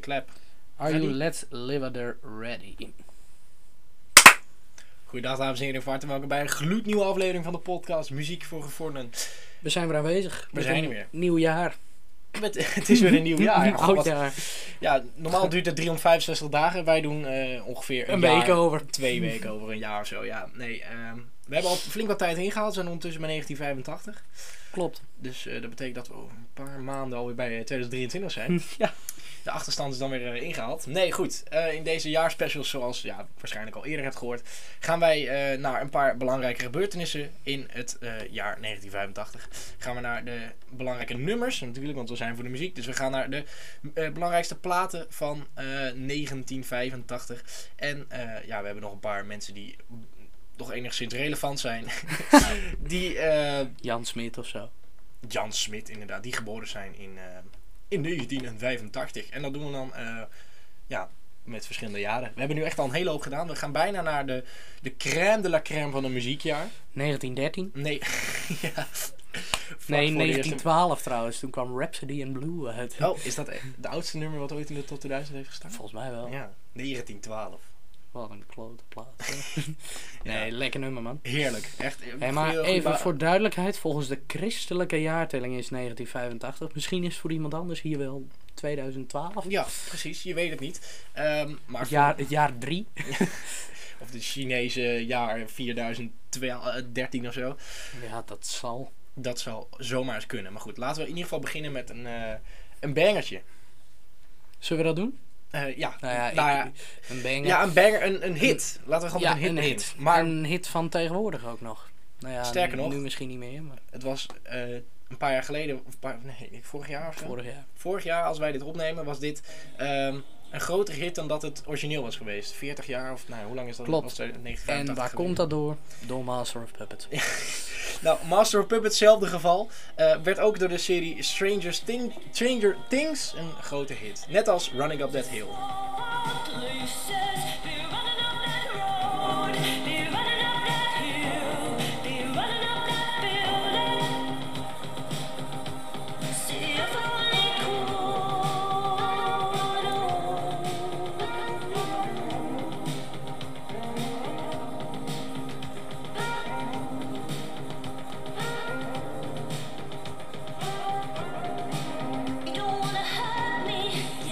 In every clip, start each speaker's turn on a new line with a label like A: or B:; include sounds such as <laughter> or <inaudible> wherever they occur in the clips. A: clap.
B: Are you
A: Ready?
B: let's live there ready?
A: Goedendag dames en heren, van harte welkom bij een gloednieuwe aflevering van de podcast Muziek voor Gevorderden.
B: We zijn weer aanwezig.
A: We
B: met
A: zijn
B: een
A: er weer.
B: Nieuw jaar.
A: Met, <laughs> het is weer een
B: <laughs>
A: nieuw jaar.
B: Een
A: Ja,
B: oud
A: wat-
B: jaar.
A: ja, normaal duurt het 365 dagen. Wij doen eh, ongeveer een,
B: Een
A: jaar,
B: week over.
A: twee weken over een jaar of zo. Ja, nee, ehm, we hebben al flink wat tijd ingehaald. We zijn ondertussen bij 1985.
B: Klopt.
A: Dus eh, dat betekent dat we over een paar maanden alweer bij eh, 2023 zijn.
B: Ja.
A: De achterstand is dan weer eh, ingehaald. Nee, goed. Eh, in deze jaarspecials, zoals je ja, waarschijnlijk al eerder hebt gehoord, gaan wij eh, naar een paar belangrijke gebeurtenissen in het eh, jaar 1985. Gaan we naar de belangrijke nummers, natuurlijk, want we zijn voor de muziek. Dus we gaan naar de eh, belangrijkste platen van eh, 1985. En eh, ja, we hebben nog een paar mensen die nog enigszins relevant zijn. <laughs> die eh,
B: Jan Smit of zo.
A: Jan Smit, inderdaad, die geboren zijn in, eh, in 1985. En dat doen we dan eh, ja, met verschillende jaren. We hebben nu echt al een hele hoop gedaan. We gaan bijna naar de, de crème de la crème van een muziekjaar.
B: 1913.
A: Nee, <laughs> ja. Vlak
B: Nee,
A: voor de eerste-
B: 1912 trouwens. Toen kwam Rhapsody in Blue uit.
A: Oh, is dat echt de oudste nummer wat ooit in de top 2000 heeft gestaan?
B: Volgens mij wel.
A: Ja, 1912.
B: Wat een klote plaat.
A: <laughs>
B: hè. <laughs>
A: Ja.
B: nee, lekker nummer man.
A: Heerlijk, echt. eh,
B: Hey, maar
A: heel goed
B: even
A: ba-
B: voor duidelijkheid, volgens de christelijke jaartelling is 1985. Misschien is voor iemand anders hier wel 2012.
A: Ja, precies, je weet het niet. Ehm, maar
B: Het jaar, het jaar 3.
A: Of de Chinese jaar 4013 of zo.
B: Ja, dat zal.
A: Dat zou zomaar eens kunnen. Maar goed, laten we in ieder geval beginnen met een, eh een bangertje.
B: Zullen we dat doen?
A: Eh, ja.
B: Nou ja, ik-
A: Nou ja,
B: een banger.
A: ja, een banger, een, een hit. Laten we gewoon
B: Ja,
A: met een hit
B: een
A: beginnen.
B: hit.
A: Maar
B: Een hit van tegenwoordig ook nog. Nou ja,
A: Sterker
B: nu,
A: nog.
B: Nu misschien niet meer, maar
A: het was eh, een paar jaar geleden, of een paar, nee, vorig jaar of zo.
B: vorig jaar.
A: Vorig jaar, als wij dit opnemen, was dit ehm, een grotere hit dan dat het origineel was geweest. 40 jaar of, nou, hoe lang is dat?
B: Klopt.
A: Was het
B: En
A: 1985
B: waar
A: geleden.
B: komt dat door? Door Master of Puppets.
A: Nou, Master of Puppets, hetzelfde geval. eh, werd ook door de serie Stranger, Thing- Stranger Things een grote hit. Net als Running Up That Hill.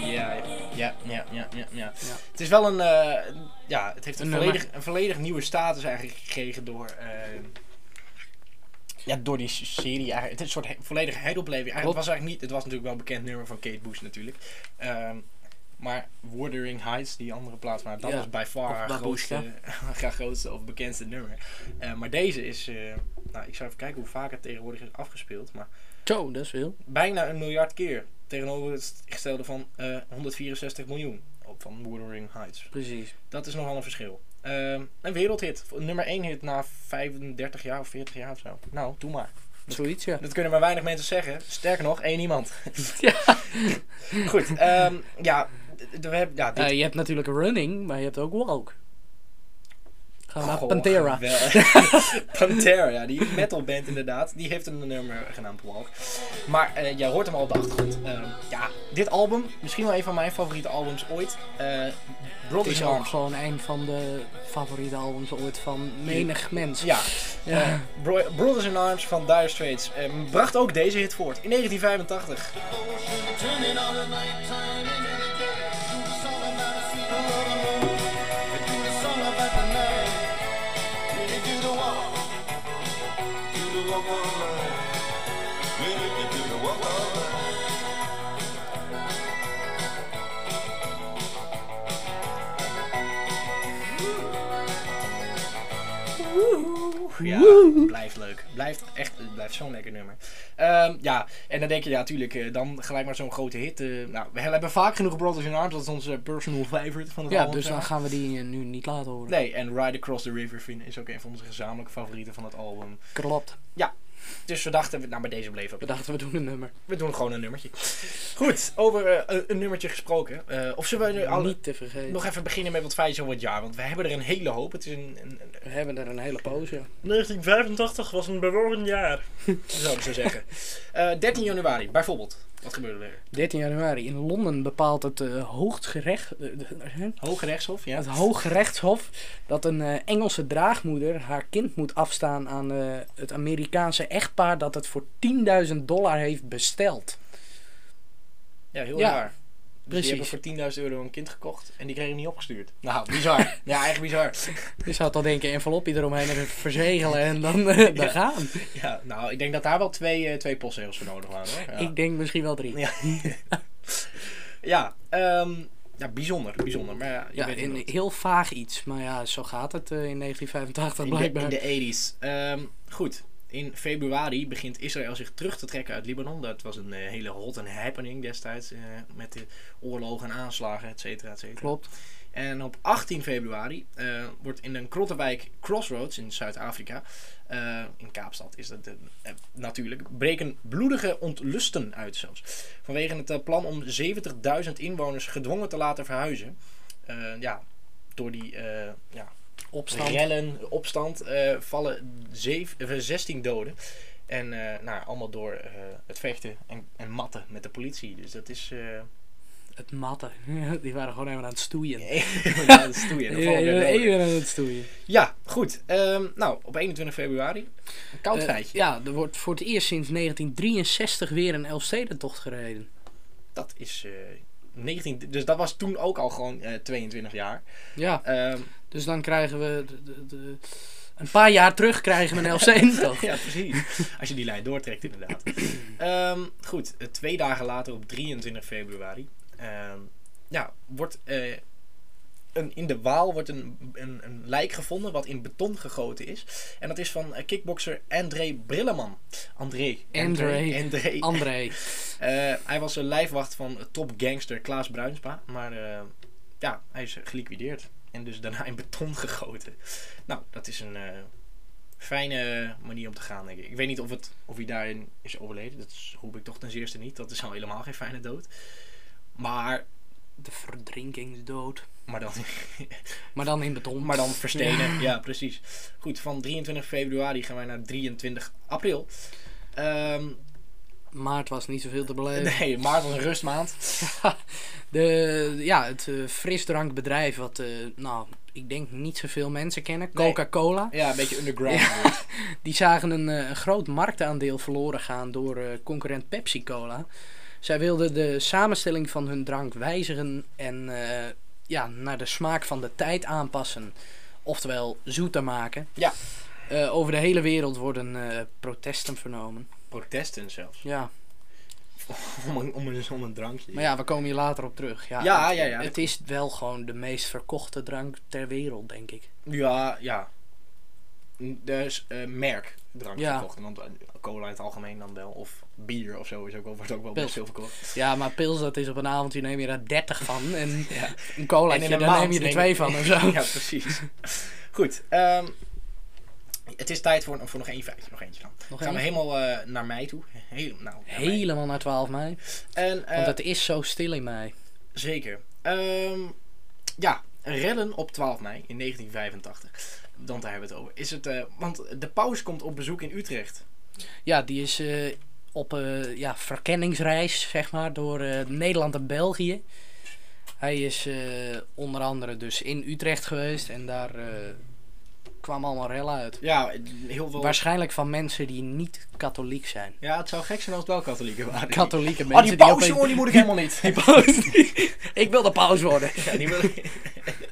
A: Ja, ja, ja, ja, ja, ja. Het is wel een, eh, ja, het heeft een,
B: Een nummer.
A: volledig, een volledig nieuwe status eigenlijk gekregen door, eh, ja, door die serie eigenlijk. Het is een soort he- volledige heropleving. Eigenlijk, het
B: Klopt.
A: was eigenlijk niet, het was natuurlijk wel een bekend nummer van Kate Bush natuurlijk. Ehm, maar Wuthering Heights, die andere plaats van haar, dat
B: Ja,
A: was by far
B: of
A: haar
B: Babushka.
A: grootste, <laughs> haar grootste of bekendste nummer. Eh, maar deze is, eh, nou, ik zou even kijken hoe vaak het tegenwoordig is afgespeeld, maar
B: Zo, dat is veel.
A: bijna een miljard keer. Tegenover het gestelde van eh, 164 miljoen op van Wuthering Heights.
B: Precies.
A: Dat is nogal een verschil. Ehm, een wereldhit. Nummer 1 hit na 35 jaar of 40 jaar of zo. Nou, doe maar. <laughs>
B: Zoiets, ja.
A: Dat kunnen maar weinig mensen zeggen. Sterker nog, één iemand.
B: Ja.
A: Goed. ehm, ja, d- d- we hebben... Ja, dit...
B: Eh, je hebt natuurlijk Running, maar je hebt ook Walk. Gaan we naar
A: Goh,
B: Nou, Pantera. <laughs>
A: geweldig. Pantera, ja, die metalband inderdaad. Die heeft een nummer genaamd Walk. Maar eh, jij hoort hem al op de achtergrond. Ehm, ja, dit album, misschien wel een van mijn favoriete albums ooit. eh
B: Het
A: Brother's
B: is ook
A: Arms.
B: gewoon een van de favoriete albums ooit van menig mens.
A: Ja,
B: Ja.
A: eh, Bro- Brothers in Arms van Dire Straits eh, bracht ook deze hit voort in 1985.
C: Turning all the nighttime into the day. It's all about the sweet love and roll. It's all about the night. Baby, do the walk. Do the walk all night. Baby, do the walk all night.
A: Ja, blijft leuk. Blijft echt, het blijft zo'n lekker nummer. Ehm, ja, en dan denk je, ja, tuurlijk, eh, dan gelijk maar zo'n grote hit. eh, nou, we hebben vaak genoeg Brothers in Arms, dat is onze personal favorite van het
B: Ja,
A: album.
B: dus
A: zeg
B: dan
A: maar.
B: gaan we die eh, nu niet laten horen.
A: Nee, en Ride Across the River vind, is ook een van onze gezamenlijke favorieten van het album.
B: Klopt.
A: Dus we dachten, we- nou, maar deze bleef ook.
B: We dachten, we doen een nummer.
A: We doen gewoon een nummertje. Goed, over eh, een, een nummertje gesproken. Eh, of zullen we nu alle-
B: Niet te vergeten.
A: nog even beginnen met wat feitjes over het jaar? Want we hebben er een hele hoop. Het is een, een, een-
B: We hebben er een hele poosje.
A: 1985 was een bewogen jaar. Zou ik zo zeggen. Eh, 13 januari, bijvoorbeeld. Wat gebeurde er?
B: 13 januari in Londen bepaalt het eh, hooggerecht, eh, de- hè?
A: Hoogrechtshof, ja.
B: het Hooggerechtshof dat een eh, Engelse draagmoeder haar kind moet afstaan aan eh, het Amerikaanse echtpaar dat het voor 10.000 dollar heeft besteld.
A: Ja, heel
B: Ja,
A: raar. Dus
B: precies.
A: die hebben voor 10.000 euro een kind gekocht en die kregen hem niet opgestuurd. Nou, bizar. <laughs> ja, echt bizar.
B: Je zou dan denken, envelopje eromheen en verzegelen en dan, eh, dan
A: Ja.
B: gaan.
A: Ja, nou, ik denk dat daar wel twee, eh, twee postzegels voor nodig waren. Hoor. Ja.
B: Ik denk misschien wel drie.
A: Ja. ja, ehm, ja, bijzonder, bijzonder. Maar ja, je
B: Ja,
A: weet het
B: in-
A: nooit.
B: heel vaag iets. Maar ja, zo gaat het eh, in 1985
A: in, de,
B: blijkbaar.
A: in de 80s. Ehm, goed. In februari begint Israël zich terug te trekken uit Libanon. Dat was een eh, hele hot and happening destijds. eh, met de oorlogen en aanslagen, et cetera, et cetera.
B: Klopt.
A: En op 18 februari eh, wordt in een krottenwijk Crossroads in Zuid-Afrika, eh, in Kaapstad is dat eh, eh, natuurlijk, breken bloedige ontlusten uit zelfs. Vanwege het eh, plan om 70.000 inwoners gedwongen te laten verhuizen. Eh, ja, door die eh, ja,
B: Opstand.
A: rellen, opstand, eh, vallen zeef- eh, 16 doden. En eh, nou, allemaal door eh, het vechten en, en matten met de politie. Dus dat is... eh,
B: Het matten. <laughs> Die waren gewoon even aan het stoeien.
A: <laughs> ja, dat is toeien. Dan vallen weer
B: Even-
A: doden.
B: even aan het stoeien.
A: Ja, goed. Ehm, nou, op 21 februari. Een koud
B: Eh,
A: feitje.
B: ja, er wordt voor het eerst sinds 1963 weer een Elfstedentocht gereden.
A: Dat is eh, 19... Dus dat was toen ook al gewoon eh, 22 jaar.
B: Ja,
A: Ehm,
B: dus dan krijgen we... De, de, de- een paar jaar terug krijgen we een
A: <laughs>
B: Elfstedentocht.
A: ja, precies. Als je die lijn doortrekt, inderdaad. <clears throat> Ehm, goed, eh, twee dagen later, op 23 februari... ehm, ja, wordt... eh, een, in de Waal wordt een, een, een lijk gevonden wat in beton gegoten is. En dat is van eh, kickbokser André Brilleman. André.
B: André.
A: André.
B: André.
A: Eh, hij was een lijfwacht van top gangster Klaas Bruinsma. Maar eh, ja, hij is geliquideerd. En dus daarna in beton gegoten. Nou, dat is een eh, fijne manier om te gaan, denk ik. Ik weet niet of, het, of hij daarin is overleden. Dat is- hoop ik toch ten zeerste niet. Dat is nou helemaal geen fijne dood. Maar,
B: De verdrinkingsdood.
A: maar, dan, <laughs>
B: Maar dan in beton.
A: maar dan verstenen. Ja. precies. Goed, van 23 februari gaan wij naar 23 april. Ehm,
B: Maart was niet zoveel te beleven.
A: nee, maart was een rustmaand.
B: <laughs> De, ja, het eh, frisdrankbedrijf wat, eh, nou, ik denk niet zoveel mensen kennen,
A: Nee.
B: Coca-Cola.
A: Ja, een beetje underground.
B: Die zagen een, eh, een groot marktaandeel verloren gaan door eh, concurrent Pepsi-Cola. Zij wilden de samenstelling van hun drank wijzigen en eh, ja, naar de smaak van de tijd aanpassen. Oftewel zoeter maken.
A: Ja.
B: Eh, over de hele wereld worden eh, protesten vernomen.
A: Protesten zelfs.
B: Ja,
A: om een, om een, om een drankje.
B: maar ja, we komen hier later op terug. Ja,
A: Ja,
B: het,
A: ja, ja.
B: het is wel gewoon de meest verkochte drank ter wereld, denk ik.
A: ja, ja. Dus eh merk drank
B: Ja.
A: verkocht. Want eh, cola in het algemeen dan wel. Of bier of zo is ook wel, wordt ook wel best
B: Pils.
A: veel verkocht.
B: Ja, maar pils, dat is op een avondje neem je daar 30 van. En
A: Ja.
B: een colaatje,
A: En in een
B: daar
A: maand
B: neem je er
A: neem-
B: twee
A: <laughs>
B: van of zo.
A: ja, precies. Goed. ehm, het is tijd voor, voor nog één feitje. Nog eentje dan.
B: Nog
A: Gaan we
B: één?
A: helemaal eh, naar mei toe. Heel, nou, naar mei.
B: Helemaal naar 12 mei.
A: En, eh,
B: Want het is zo stil in mei.
A: Zeker. Ehm, ja, rellen op 12 mei in 1985. Dan daar hebben we het over. Is het, eh, want de paus komt op bezoek in Utrecht.
B: Ja, die is eh, op eh, ja, verkenningsreis, zeg maar, door eh, Nederland en België. Hij is eh, onder andere dus in Utrecht geweest en daar eh, kwam allemaal rellen uit.
A: Ja, heel veel.
B: Waarschijnlijk van mensen die niet katholiek zijn.
A: Ja, het zou gek zijn als het wel katholieken waren.
B: <laughs> Katholieke
A: Oh,
B: mensen
A: die paus,
B: opeens-
A: jongen, die moet ik helemaal
B: <laughs>
A: niet.
B: Die paus. ik wil de paus worden.
A: Ja, die wil ik-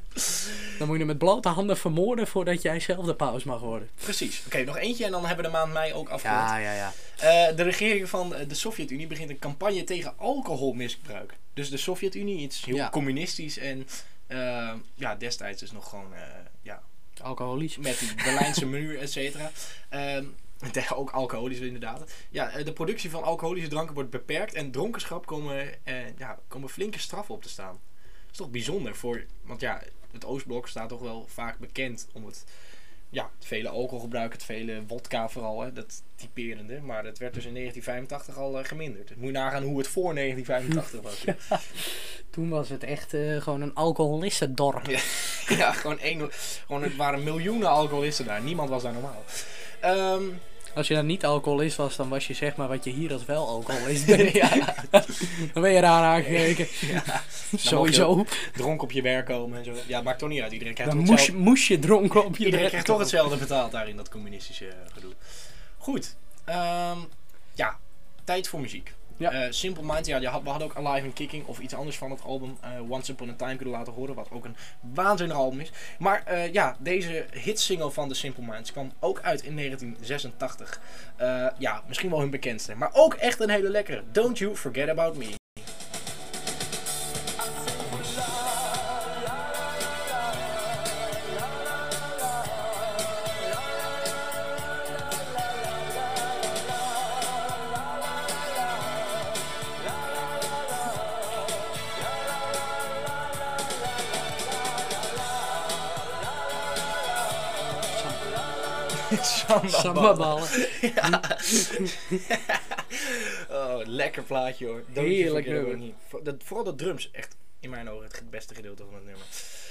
B: Dan moet je hem met blote handen vermoorden voordat jij zelf de paus mag worden.
A: Precies. Oké, nog eentje en dan hebben we de maand mei ook afgerond.
B: ja, ja.
A: Eh, de regering van eh, de Sovjet-Unie begint een campagne tegen alcoholmisbruik. Dus de Sovjet-Unie, iets heel
B: Ja.
A: communistisch en eh, ja, destijds dus nog gewoon eh, ja,
B: Alcoholisch.
A: met die Berlijnse muur, et cetera. Ehm, tegen ook alcoholisch inderdaad. Ja, eh, de productie van alcoholische dranken wordt beperkt en dronkenschap komen, eh, ja, komen flinke straffen op te staan. Dat is toch bijzonder voor, want ja, het Oostblok staat toch wel vaak bekend om het, ja, het vele alcoholgebruik, het vele wodka vooral, hè, dat typerende. Maar dat werd dus in 1985 al eh, geminderd. Moet je nagaan hoe het voor 1985 was.
B: Toen was het echt eh, gewoon een alcoholistendorp.
A: ja, gewoon één, gewoon, het waren miljoenen alcoholisten daar. Niemand was daar normaal. Ehm
B: Als je dan niet alcoholist was, dan was je zeg maar wat je hier als wel
A: <laughs>
B: alcoholist bent. Dan ben je raar aangekeken. Sowieso.
A: Dronken op je werk komen en zo. Ja, het maakt toch niet uit. Iedereen krijgt,
B: Dan
A: toch
B: moest je,
A: hetzelfde,
B: moest je dronken op je
A: iedereen
B: werk
A: krijgt toch
B: komen.
A: hetzelfde betaald daar in dat communistische eh, gedoe. Goed. ehm, ja, tijd voor muziek.
B: Ja.
A: Eh, Simple Minds, ja, die had, we hadden ook Alive and Kicking of iets anders van het album eh, Once Upon a Time kunnen laten horen, wat ook een waanzinnig album is. Maar eh, ja, deze hitsingle van de Simple Minds kwam ook uit in 1986. Eh, ja, misschien wel hun bekendste, maar ook echt een hele lekkere. Don't You Forget About Me. Samba
B: <laughs> Samba
A: Baba.
B: ballen.
A: Oh, lekker plaatje hoor. Don't you
B: Heerlijk
A: forget about
B: nummer.
A: me. Vo- dat- Vooral de drums, echt in mijn ogen het ge- beste gedeelte van het nummer.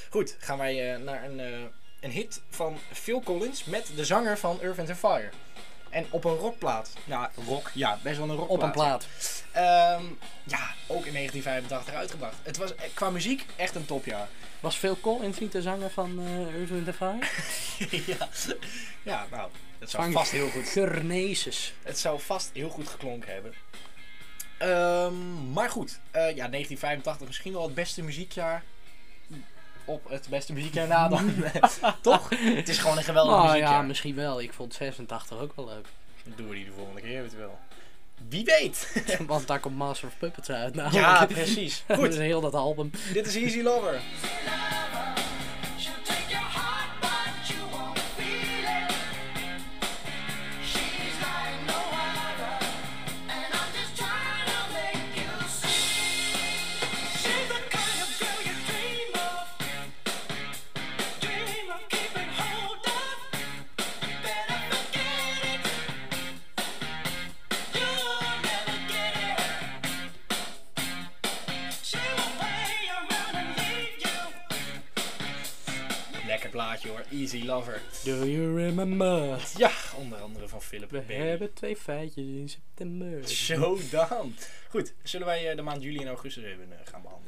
A: Goed, gaan wij eh, naar een, eh, een hit van Phil Collins met de zanger van Earth and Fire. En op een rockplaat. Nou, rock, ja, best wel een rockplaat.
B: Op een plaat.
A: Ehm, ja, ook in 1985 uitgebracht. Het was eh, qua muziek echt een topjaar. <laughs>
B: Was Phil Collins niet de zanger van eh Earth, Wind Fire?
A: ja. ja, nou, dat zou
B: Frank
A: vast heel goed
B: Gernesis.
A: Het zou vast heel goed geklonken hebben. Ehm, maar goed, eh, ja, 1985 misschien wel het beste muziekjaar. Op het beste muziekjaar na
B: <laughs>
A: dan. Toch? Het is gewoon een geweldig
B: Nou ja,
A: muziekjaar.
B: misschien wel. Ik vond 86 ook wel leuk.
A: Dan doen we die de volgende keer eventueel. Wie weet.
B: <laughs> Want daar komt Master of Puppets uit
A: Ja,
B: namelijk.
A: precies.
B: Goed.
A: Goed,
B: dus heel <laughs> dat album.
A: dit is Easy Lover.
C: She'll take your heart, but you won't feel it. She's like no other, and I'm just trying to make you see. She's the kind of girl you dream of, dream of keeping hold of. Better forget it. You'll never get it. She will play around and leave you.
A: Lekker plaatje hoor, Easy Lover.
B: Do you remember?
A: Ja, onder andere van Philip
B: We
A: Bailey.
B: hebben twee feitjes in september.
A: Zo dan. Goed, zullen wij eh, de maand juli en augustus even eh, gaan behandelen?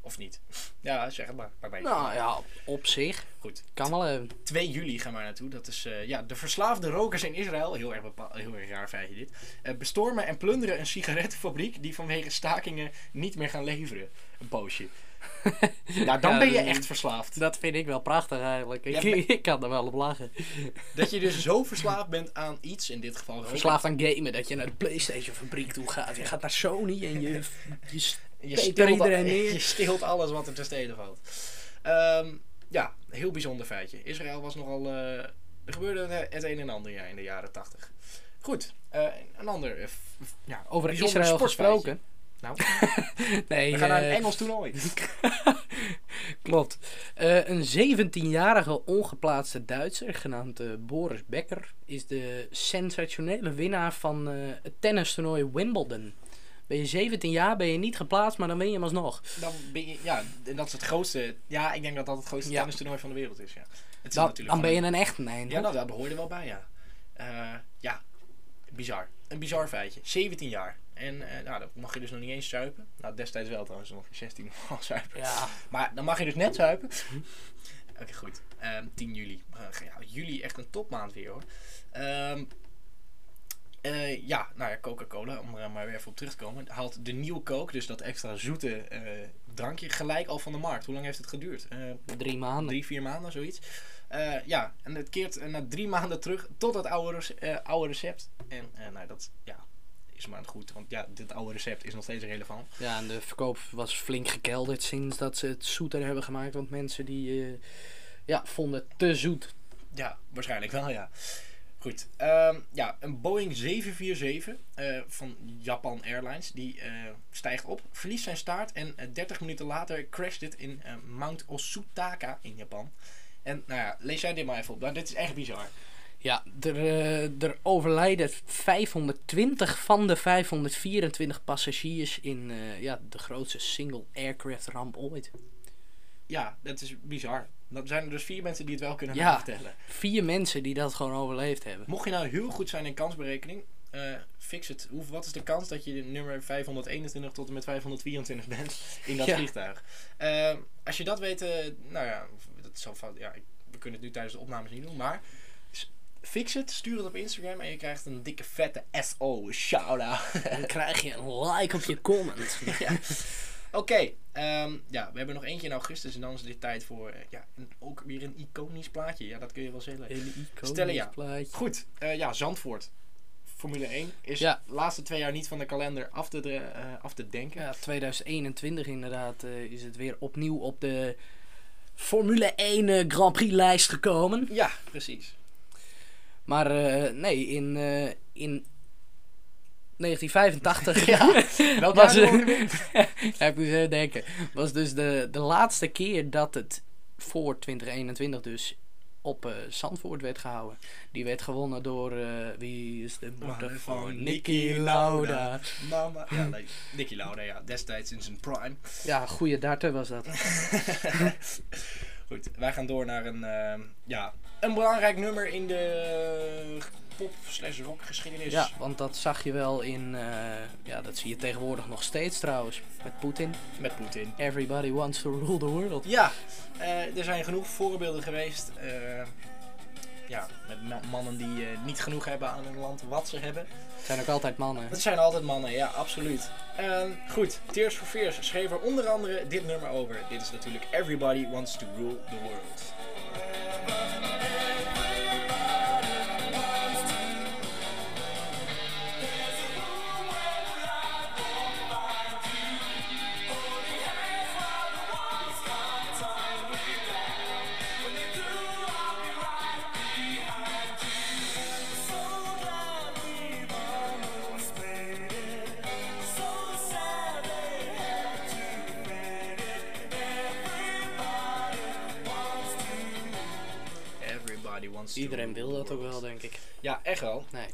A: Of niet? Ja, zeg het maar. Maakt mij niet
B: Nou
A: uit.
B: ja, op zich.
A: Goed.
B: Kan wel eh, even.
A: 2 juli gaan we daar naartoe. Dat is eh, ja, de verslaafde rokers in Israël. Heel erg, bepa- heel erg raar feitje dit. Eh, bestormen en plunderen een sigarettenfabriek die vanwege stakingen niet meer gaan leveren. Een <laughs> poosje. nou, dan
B: Ja,
A: ben je
B: dat-
A: echt verslaafd.
B: Dat vind ik wel prachtig eigenlijk. Ik,
A: Ja, maar-
B: <laughs> ik kan er wel op lachen.
A: Dat je dus zo verslaafd bent aan iets, in dit geval roken.
B: Verslaafd aan gamen, dat je naar de Playstation fabriek toe gaat. Je gaat naar Sony
A: <laughs>
B: en je, je
A: Je
B: Peter
A: steelt, <laughs>
B: iedereen neer.
A: je steelt alles wat er te stelen valt. Ehm, ja, heel bijzonder feitje. Israël was nogal... eh, er gebeurde het een en ander ja, in de jaren 80. Goed, eh, een ander... eh, f- f- ja,
B: Over
A: bijzonder
B: Israël
A: sportfeitje.
B: gesproken.
A: Nou.
B: <laughs> nee,
A: We gaan naar
B: eh,
A: een Engels toernooi.
B: Klopt. Eh, een 17-jarige ongeplaatste Duitser, genaamd eh, Boris Becker, is de sensationele winnaar van eh, het tennistoernooi Wimbledon. Ben je 17 jaar, ben je niet geplaatst, maar dan win je hem alsnog.
A: <laughs> Dan ben je, ja, en dat is het grootste. Ja, ik denk dat dat het grootste
B: Ja.
A: tennistoernooi van de wereld is. Ja. Het is
B: Dan,
A: natuurlijk
B: dan ben je
A: gewoon
B: een echte nein.
A: een- Ja, nou, dat behoorde wel bij, ja. Eh, ja, bizar. Een bizar feitje. 17 jaar. En eh, nou, dan mag je dus nog niet eens zuipen. Nou, destijds wel trouwens, nog 16 <laughs> al zuipen.
B: Ja,
A: Maar dan mag je dus net zuipen. Oké, goed. Ehm, 10 juli. Eh, ja, juli echt een topmaand weer hoor. Ehm, eh, ja, nou ja, Coca-Cola, om er maar weer even op terug te komen, haalt de nieuwe Coke, dus dat extra zoete eh, drankje, gelijk al van de markt. Hoe lang heeft het geduurd? Eh,
B: drie maanden.
A: drie, vier maanden, zoiets. Eh, ja, en het keert eh, na drie maanden terug tot het oude, rec- eh, oude recept. En eh, nou, dat ja, is maar goed, want ja, dit oude recept is nog steeds relevant.
B: Ja, en de verkoop was flink gekelderd sinds dat ze het zoeter hebben gemaakt. Want mensen die eh, ja, vonden het te zoet.
A: Ja, waarschijnlijk wel, ja. Goed. ehm, ja, een Boeing 747 eh, van Japan Airlines, die eh, stijgt op, verliest zijn staart en eh, 30 minuten later crasht het in eh, Mount Osutaka in Japan. En nou ja, lees jij dit maar even op. Nou, dit is echt bizar.
B: Ja, er, eh, er overlijden 520 van de 524 passagiers in eh, ja, de grootste single aircraft ramp ooit.
A: ja, het is bizar. Dan zijn er dus vier mensen die het wel kunnen
B: Ja.
A: vertellen.
B: Vier mensen die dat gewoon overleefd hebben.
A: Mocht je nou heel goed zijn in kansberekening, eh, fix het. Hoe, wat is de kans dat je de nummer 521 tot en met 524 bent <laughs> in dat
B: Ja.
A: vliegtuig? Eh, als je dat weet, eh, nou ja, dat zal fout. Ja, ik- we kunnen het nu tijdens de opnames niet doen, maar s- fix het, stuur het op Instagram en je krijgt een dikke vette SO shout-out. <laughs>
B: Dan krijg je een like op je comment.
A: ja. Oké, ehm, ja, we hebben nog eentje in augustus en dan is dit tijd voor eh, ja, een- ook weer een iconisch plaatje. Ja, dat kun je wel zeggen.
B: Hele iconisch
A: Stellen, ja.
B: plaatje.
A: Goed, eh, ja, Zandvoort. Formule 1 is
B: Ja.
A: de laatste twee jaar niet van de kalender af te, dre- eh, af te denken.
B: Ja, 2021 inderdaad eh, is het weer opnieuw op de Formule 1 eh, Grand Prix lijst gekomen.
A: Ja, precies.
B: Maar eh, nee, in, eh, in <laughs> 1985
A: Welk
B: was,
A: jaar
B: eh,
A: worden we weer?
B: <laughs> Ja, ik moest even denken. Was dus de, de laatste keer dat het voor 2021 dus op eh Zandvoort werd gehouden. Die werd gewonnen door eh, wie is de moeder
A: Mannen
B: van
A: van
B: Nicky
A: Niki
B: Lauda.
A: Lauda. Mama. Ja, nee. Nicky Lauda, ja, destijds in zijn <laughs> prime.
B: Ja, goede darter was dat.
A: Goed, wij gaan door naar een, ehm, ja, een belangrijk nummer in de pop-slash-rock geschiedenis.
B: Ja, want dat zag je wel in, eh, ja, dat zie je tegenwoordig nog steeds trouwens met Poetin.
A: Met Poetin.
B: Everybody wants to rule the world.
A: Ja, eh, er zijn genoeg voorbeelden geweest. eh, ja, met ma- mannen die eh, niet genoeg hebben aan hun land wat ze hebben.
B: Het zijn ook altijd mannen.
A: Dat zijn altijd mannen, ja, absoluut. En goed, Tears for Fears schreef er onder andere dit nummer over. Dit is natuurlijk Everybody Wants to Rule the World. Everybody Wants to
B: Iedereen
A: Rule
B: wil
A: the
B: dat ook
A: World.
B: wel, denk ik.
A: Ja, echt wel.
B: Nee,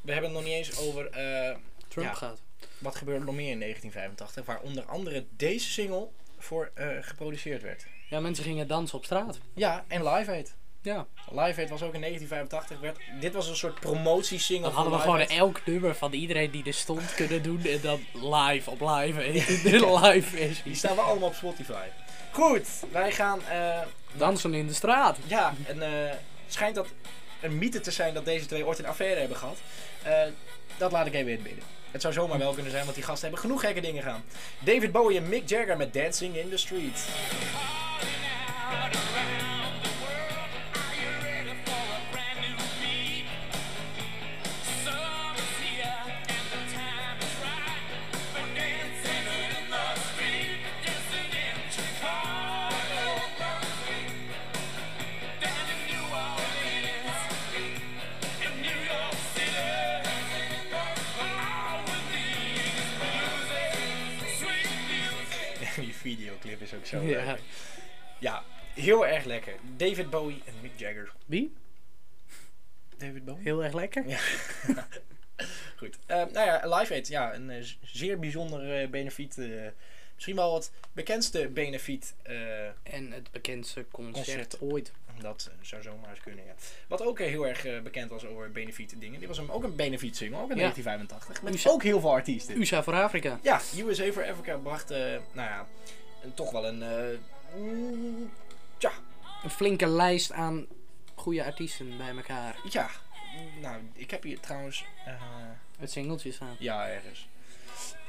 A: We hebben het nog niet eens over eh,
B: Trump
A: Ja.
B: gaat.
A: wat gebeurde er nog meer in 1985. Waar onder andere deze single voor eh, geproduceerd werd.
B: Ja, mensen gingen dansen op straat.
A: Ja, en Live Aid.
B: Ja,
A: Live Aid was ook in 1985. Werd, dit was een soort promotiesingle.
B: Dan hadden we
A: voor
B: gewoon
A: Live Aid.
B: elk nummer van iedereen die er stond kunnen doen en dan live op live. De <laughs> live
A: Die
B: versie.
A: staan wel allemaal op Spotify. Goed, wij gaan... eh,
B: Dansen in de straat.
A: Ja, en eh, het schijnt dat een mythe te zijn dat deze twee ooit een affaire hebben gehad. Eh, dat laat ik even in het midden. Het zou zomaar wel kunnen zijn, want die gasten hebben genoeg gekke dingen gedaan. David Bowie en Mick Jagger met Dancing in the Street. <laughs> die videoclip is ook zo
B: Ja.
A: leuk. Ja, heel erg lekker. David Bowie en Mick Jagger.
B: Wie?
A: David Bowie?
B: Heel erg lekker.
A: Ja. Goed. Eh, nou ja, Live Aid, ja, een eh, z- zeer bijzonder eh, benefiet. eh, misschien wel het bekendste benefiet eh,
B: En het bekendste concert,
A: Concert.
B: ooit.
A: Dat zou zomaar eens kunnen, ja. Wat ook eh, heel erg eh, bekend was over benefiet dingen. Dit was hem ook een benefiet single, ook in
B: Ja.
A: 1985. Met
B: USA.
A: ook heel veel artiesten.
B: USA voor Afrika.
A: ja, USA for Africa bracht, eh, nou ja, een- toch wel een... eh, mm, tja,
B: Een flinke lijst aan goede artiesten bij elkaar.
A: ja. Nou, ik heb hier trouwens... eh,
B: Het singeltjes aan.
A: ja, ergens.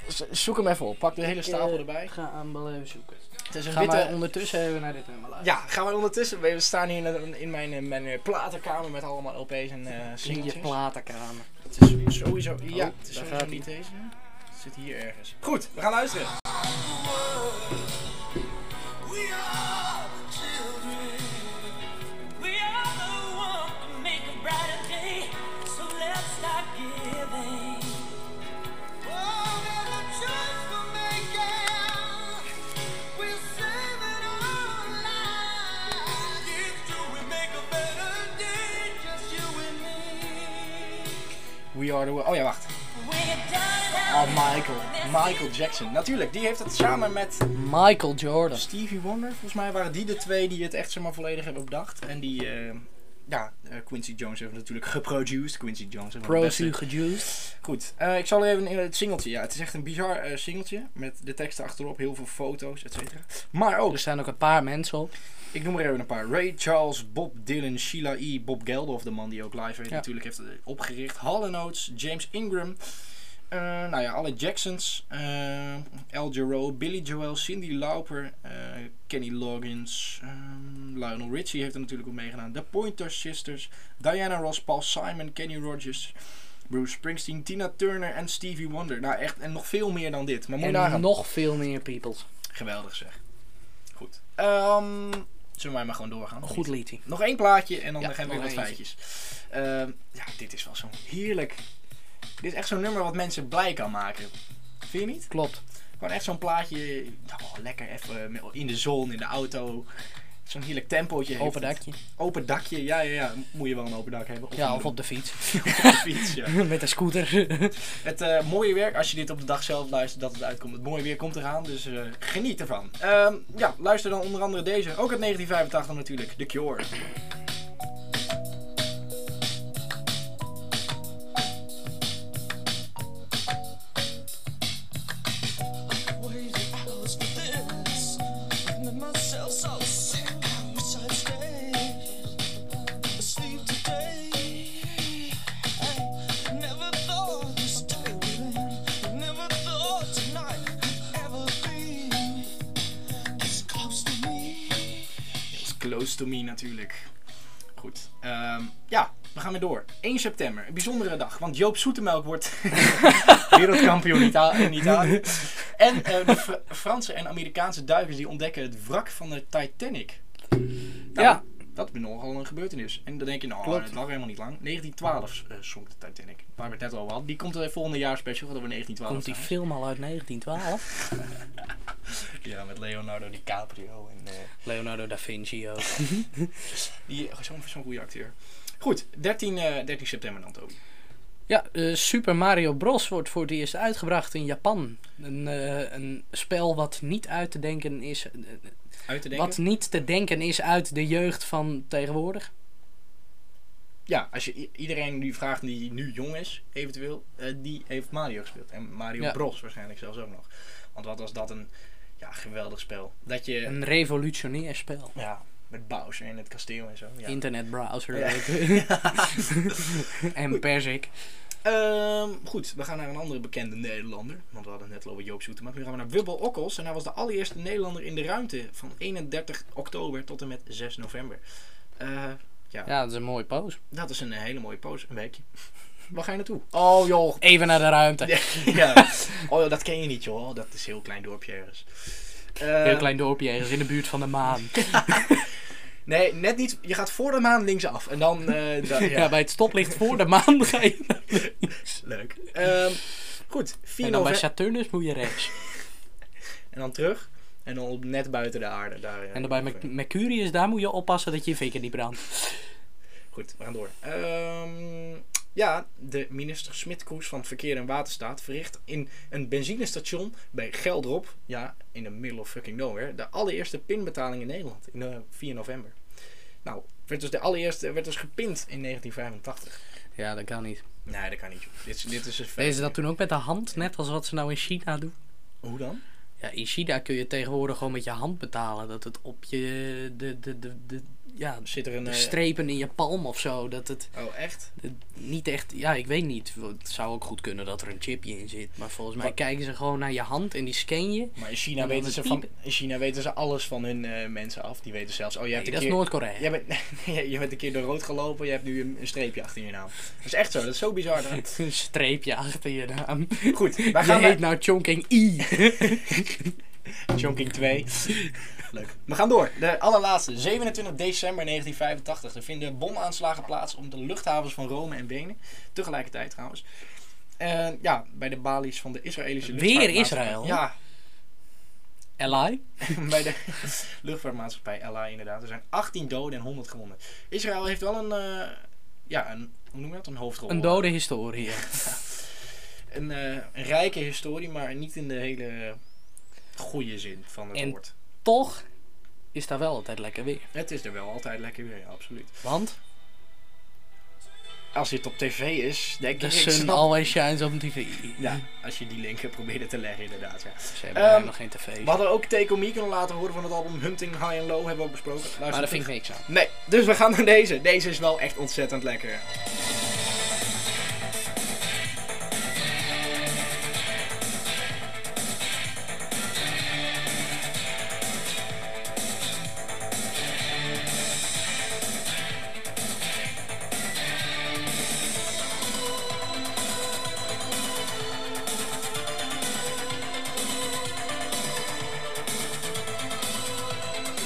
A: Z- zoek hem even op. Pak de hele stapel
B: eh,
A: erbij.
B: Ga aan beleven zoeken.
A: Het is een
B: Gaan wij
A: witte...
B: ondertussen even naar dit nummer luisteren.
A: Ja, gaan wij ondertussen... We staan hier in, in mijn, eh, mijn eh, platenkamer met allemaal LP's en eh
B: In
A: singeltjes.
B: je platenkamer.
A: Het is sowieso. Ja,
B: Oh,
A: het is sowieso
B: daar gaat-ie.
A: niet deze. Het zit hier ergens. Goed, we gaan luisteren.
D: We are the children. We are the one to make a brighter day. So let's start giving.
C: Oh, there's a choice we're making. We're saving our lives.
D: It's true, we make a better day. Just you and me.
A: We are the. Oh ja, wacht.
D: We have done it
A: Oh, Michael. Michael Jackson. Natuurlijk, die heeft het samen met
B: Michael Jordan.
A: Stevie Wonder. Volgens mij waren die de twee die het echt zeg maar, volledig hebben bedacht. En die, eh, ja, eh, Quincy Jones heeft natuurlijk geproduced. Quincy Jones. een van de beste-
B: Prozu gejuiced.
A: Goed, eh, ik zal even in het singeltje. Ja, het is echt een bizar eh, singeltje. Met de teksten achterop, heel veel foto's, et cetera. Maar ook,
B: Er staan ook een paar mensen op.
A: ik noem er even een paar. Ray Charles, Bob Dylan, Sheila E., Bob Geldof, de man die ook live heeft,
B: Ja.
A: natuurlijk heeft eh, opgericht. Hall Oates, James Ingram. eh, nou ja, alle Jacksons. eh Al Jarreau, Billy Joel, Cindy Lauper, eh, Kenny Loggins. ehm, Lionel Richie heeft er natuurlijk ook meegedaan. De Pointer Sisters, Diana Ross, Paul Simon, Kenny Rogers. Bruce Springsteen, Tina Turner en Stevie Wonder. Nou echt, en nog veel meer dan dit. Maar moet je
B: En
A: nagaan.
B: nog veel meer peoples.
A: Geweldig zeg. Goed. Ehm, zullen wij maar gewoon doorgaan? of
B: Goed
A: niet?
B: liedje.
A: Nog één plaatje en dan
B: Ja,
A: gaan we weer
B: nog
A: wat feitjes. Ehm, ja, dit is wel zo'n heerlijk... Dit is echt zo'n nummer wat mensen blij kan maken. Vind je niet?
B: Klopt.
A: Gewoon echt zo'n plaatje... oh, lekker even met- in de zon, in de auto. Zo'n heerlijk tempootje. heeft
B: Open
A: het.
B: dakje.
A: Open dakje, ja, ja, ja. Moet je wel een open dak hebben. <laughs>
B: Ja,
A: een
B: of op de <laughs> fiets.
A: fiets, ja.
B: Met een scooter.
A: Het eh, mooie werk, als je dit op de dag zelf luistert, dat het uitkomt. Het mooie weer komt eraan, dus eh, geniet ervan. Ehm, ja, luister dan onder andere deze, ook uit 1985 natuurlijk, The Cure. It's close to me natuurlijk. Goed. Ehm, ja, we gaan weer door. 1 september, een bijzondere dag, want Joop Zoetemelk wordt <laughs> wereldkampioen in Ita- in Italië. En eh, de Fra- Franse en Amerikaanse duikers die ontdekken het wrak van de Titanic. Nou,
B: Ja.
A: Dat is nogal een gebeurtenis. En dan denk je, nou,
B: Klopt.
A: het lag helemaal niet lang. 1912 eh, zonk de Titanic. Waar we het net al over hadden. Die komt er volgende jaar special, dat we 1912
B: Komt die
A: zijn.
B: film al uit 1912?
A: Ja, met Leonardo DiCaprio en... eh,
B: Leonardo da Vinci ook.
A: Die, oh, zo'n zo'n goede acteur. Goed, 13, eh, 13 september dan, Toby.
B: Ja, eh, Super Mario Bros. wordt voor het eerst uitgebracht in Japan. Een, eh, een spel wat niet uit te denken is. eh,
A: Uit te denken?
B: wat niet te denken is uit de jeugd van tegenwoordig.
A: Ja, als je i- iedereen nu vraagt die nu jong is, eventueel, eh, die heeft Mario gespeeld. En Mario
B: Ja.
A: Bros waarschijnlijk zelfs ook nog. Want wat was dat een ja, geweldig spel. Dat je
B: Een revolutionair spel.
A: ja, met Bowser in het kasteel en zo. Ja.
B: Internetbrowser.
A: Ja.
B: ook. <laughs> en Perzik.
A: Ehm, goed, we gaan naar een andere bekende Nederlander. Want we hadden het net al over Joop Zoetemelk. Nu gaan we naar Wubbel Okkels. En hij was de allereerste Nederlander in de ruimte van 31 oktober tot en met 6 november. Eh,
B: Ja, dat is een mooie pose.
A: Dat is een eh, hele mooie pose, een weekje. <laughs> Waar ga je naartoe? Oh joh.
B: Even naar de ruimte.
A: <laughs> ja. Oh joh, dat ken je niet joh. Dat is een heel klein dorpje ergens. Eh,
B: Heel klein dorpje ergens in de buurt van de maan.
A: Nee, net niet. Je gaat voor de maan linksaf. En dan... <laughs> eh, da-
B: Ja,
A: ja.
B: bij het stoplicht voor de maan ga je.
A: Leuk. Ehm, goed, 4
B: En dan bij
A: november.
B: Saturnus moet je rechts.
A: En dan terug. En dan op net buiten de aarde. Daar, eh,
B: En dan bij Merc-
A: ongeveer.
B: Mercurius, daar moet je oppassen dat je je vinger niet brandt.
A: Goed, we gaan door. Ehm, ja, de minister Smit-Koes van Verkeer en Waterstaat verricht in een benzinestation bij Geldrop, ja, in de middle of fucking nowhere, de allereerste pinbetaling in Nederland, in, eh, 4 november. Nou, werd dus de allereerste, werd dus gepind in 1985.
B: Ja, dat kan niet.
A: Nee, dat kan niet. joh. Dit is, dit is een feit.
B: Deden ze dat toen ook met de hand, net als wat ze nou in China doen?
A: Hoe dan?
B: Ja, in China kun je tegenwoordig gewoon met je hand betalen. Dat het op je. De, de, de, de, ja,
A: Zit er een...
B: de
A: eh,
B: strepen in je palm of zo. Dat het
A: oh, echt?
B: het niet echt. Ja, ik weet niet. Het zou ook goed kunnen dat er een chipje in zit. Maar volgens mij
A: Wat-
B: kijken ze gewoon naar je hand en die scan je.
A: Maar in China,
B: En dan
A: weten
B: het
A: ze, van,
B: piepen.
A: in China weten ze alles van hun eh, mensen af. Die weten zelfs... Oh, je
B: Nee,
A: hebt
B: dat
A: een
B: is
A: keer...
B: Noord-Korea.
A: Jij bent, <laughs> je bent een keer door rood gelopen, je hebt nu een, een streepje achter je naam. Dat is echt zo, dat is zo bizar.
B: <laughs> Een streepje achter je naam.
A: Goed, wij
B: Waar
A: gaan
B: je heet
A: naar
B: nou Chongqing I.
A: Chongqing 2. Leuk. We gaan door. De allerlaatste, 27 december 1985. Er vinden bomaanslagen plaats op de luchthavens van Rome en Wenen. Tegelijkertijd trouwens. En ja, bij de balies van de Israëlische
B: Weer
A: luchtvaartmaatschappij.
B: Israël?
A: Ja, <laughs>
B: Eli?
A: bij de <laughs> luchtvaartmaatschappij LA inderdaad. Er zijn 18 doden en 100 gewonden. Israël heeft wel een, eh, ja, een, hoe noem je dat? Een hoofdrol.
B: Een dode historie.
A: Eh, een, eh, een rijke historie, maar niet in de hele eh, goede zin van het
B: En-
A: woord.
B: Toch is daar wel altijd lekker weer.
A: Het is er wel altijd lekker weer, ja, absoluut.
B: Want
A: Als dit op tv is, denk
B: the
A: <laughs> ik... ik
B: sun
A: snap-
B: always shines on TV.
A: Ja, als je die link probeerde te leggen inderdaad, ja.
B: Ze hebben daar
A: Ehm,
B: nog geen tv.
A: We hadden ook Take On Me kunnen laten horen van het album Hunting High and Low, hebben we ook besproken. Luister
B: Maar daar
A: terug.
B: vind ik niks aan.
A: Nee, dus we gaan naar deze. Deze is wel echt ontzettend lekker.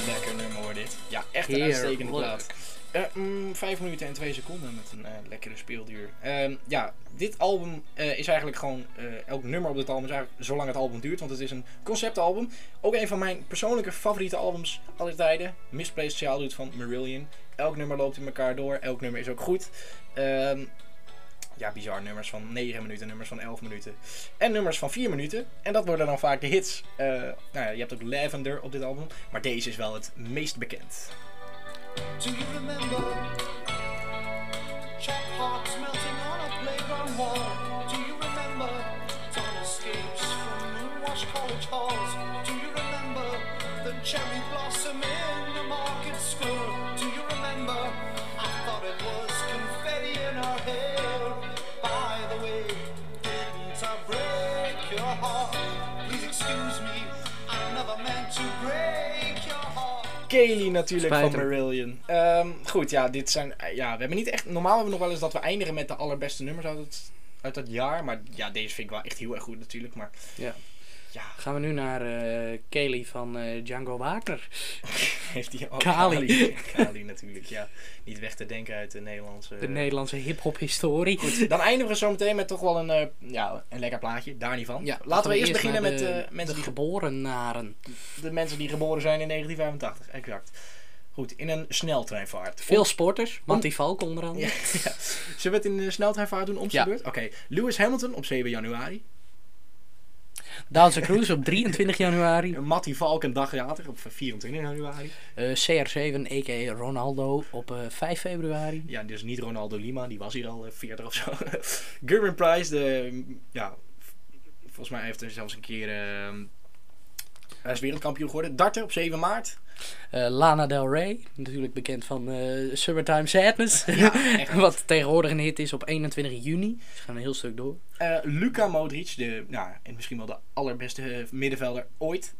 A: Lekker nummer hoor dit. Ja, echt een uitstekende plaat. Eh, mm, Vijf minuten en twee seconden met een eh, lekkere speelduur. Ehm, ja, dit album eh, is eigenlijk gewoon. eh, elk nummer op dit album is eigenlijk zolang het album duurt. Want het is een conceptalbum. Ook een van mijn persoonlijke favoriete albums aller tijden. Misplaced Childhood van Marillion. Elk nummer loopt in elkaar door. Elk nummer is ook goed. Ehm, ja, bizar nummers van 9 minuten, nummers van 11 minuten. En nummers van 4 minuten. En dat worden dan vaak de hits. Eh, nou ja, je hebt ook Lavender op dit album. Maar deze is wel het meest bekend.
C: Do you remember chop hearts melting on a playground wall? Do you remember dawn escapes from moonwash college halls? Do you remember the cherry blossom in the market square? Do you remember? I thought it was confetti in her hair. By the way, didn't I break your heart? Please excuse me, I never meant to break your heart.
A: Kaylee natuurlijk
B: Spijt
A: van
B: hem.
A: Marillion. Ehm, goed, ja, dit zijn. eh, Ja, we hebben niet echt. Normaal hebben we nog wel eens dat we eindigen met de allerbeste nummers uit, het, uit dat jaar. Maar ja, deze vind ik wel echt heel erg goed natuurlijk. Maar <laughs>
B: Ja.
A: ja,
B: Gaan we nu naar eh Kelly van eh, Django Wagner.
A: heeft hij ook.
B: Kali.
A: Kali. Kali natuurlijk, ja. Niet weg te denken uit de Nederlandse.
B: De Nederlandse hip-hop historie.
A: Eh. <laughs> Goed, dan eindigen we zo meteen met toch wel een, eh, ja, een lekker plaatje. Daar niet van. Laten we eerst beginnen
B: naar
A: met
B: de,
A: eh, mensen
B: de
A: die
B: geboren naren.
A: de mensen die geboren zijn in 1985, exact. Goed, in een sneltreinvaart.
B: Veel sporters, want
A: om-
B: die Valk onder andere.
A: Ja, ja. Zullen we het in de sneltreinvaart doen om zijn
B: Ja.
A: beurt? Oké, Lewis Hamilton op 7 januari.
B: <laughs> Daalse Cruz op 23 januari.
A: Matty Valk een dag later op 24 januari.
B: Eh, CR7, a.k.a. Ronaldo, op eh, 5 februari.
A: Ja, dus niet Ronaldo Lima, die was hier al eh, 40 of zo. <laughs> Gerben Price, de, mm, ja, v- volgens mij heeft hij zelfs een keer... eh, hij is wereldkampioen geworden. Darten op 7 maart.
B: Eh, Lana Del Rey, natuurlijk bekend van eh, Summertime Sadness.
A: Ja, echt.
B: <laughs> Wat tegenwoordig een hit is op 21 juni. Dus we gaan een heel stuk door.
A: Eh, Luka Modric, de, nou, en misschien wel de allerbeste eh, middenvelder ooit.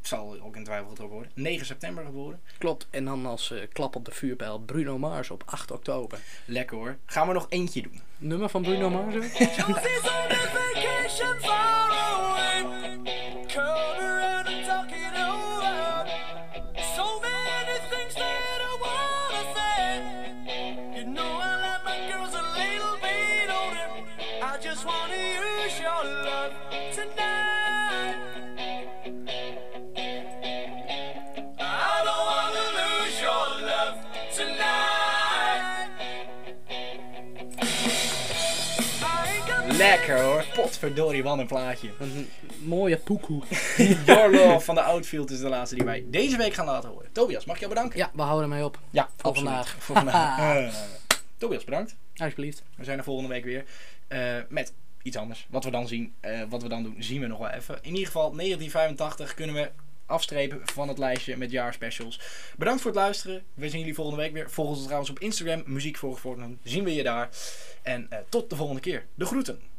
A: Zal ook in twijfel getrokken worden. 9 september geboren.
B: Klopt. En dan als eh, klap op de vuurpijl Bruno Mars op 8 oktober.
A: Lekker hoor. Gaan we nog eentje doen.
B: Nummer van Bruno Mars? hè?
A: <laughs>
D: Josie's on his vacation far away. Curled around and talking over. So many things that I wanna say. You know I like my girls a little bit older. I just wanna use your love tonight. I don't wanna lose your love tonight. I ain't got
A: Lekker hoor. Potverdorie, wat een plaatje.
B: Een mooie poekoe.
A: <laughs> Your Love van de Outfield is de laatste die wij deze week gaan laten horen. Tobias, mag ik jou bedanken?
B: Ja, we houden ermee op.
A: Ja,
B: voor
A: absoluut.
B: vandaag.
A: Voor vandaag. Eh, Tobias, bedankt.
B: <laughs> Alsjeblieft.
A: We zijn er volgende week weer eh, met iets anders. Wat we dan zien, eh, wat we dan doen, zien we nog wel even. In ieder geval 1985 kunnen we afstrepen van het lijstje met jaarspecials. Bedankt voor het luisteren. We zien jullie volgende week weer. Volg ons trouwens op Instagram, muziek voor Fortnum. Zien we je daar. En eh, tot de volgende keer. De groeten.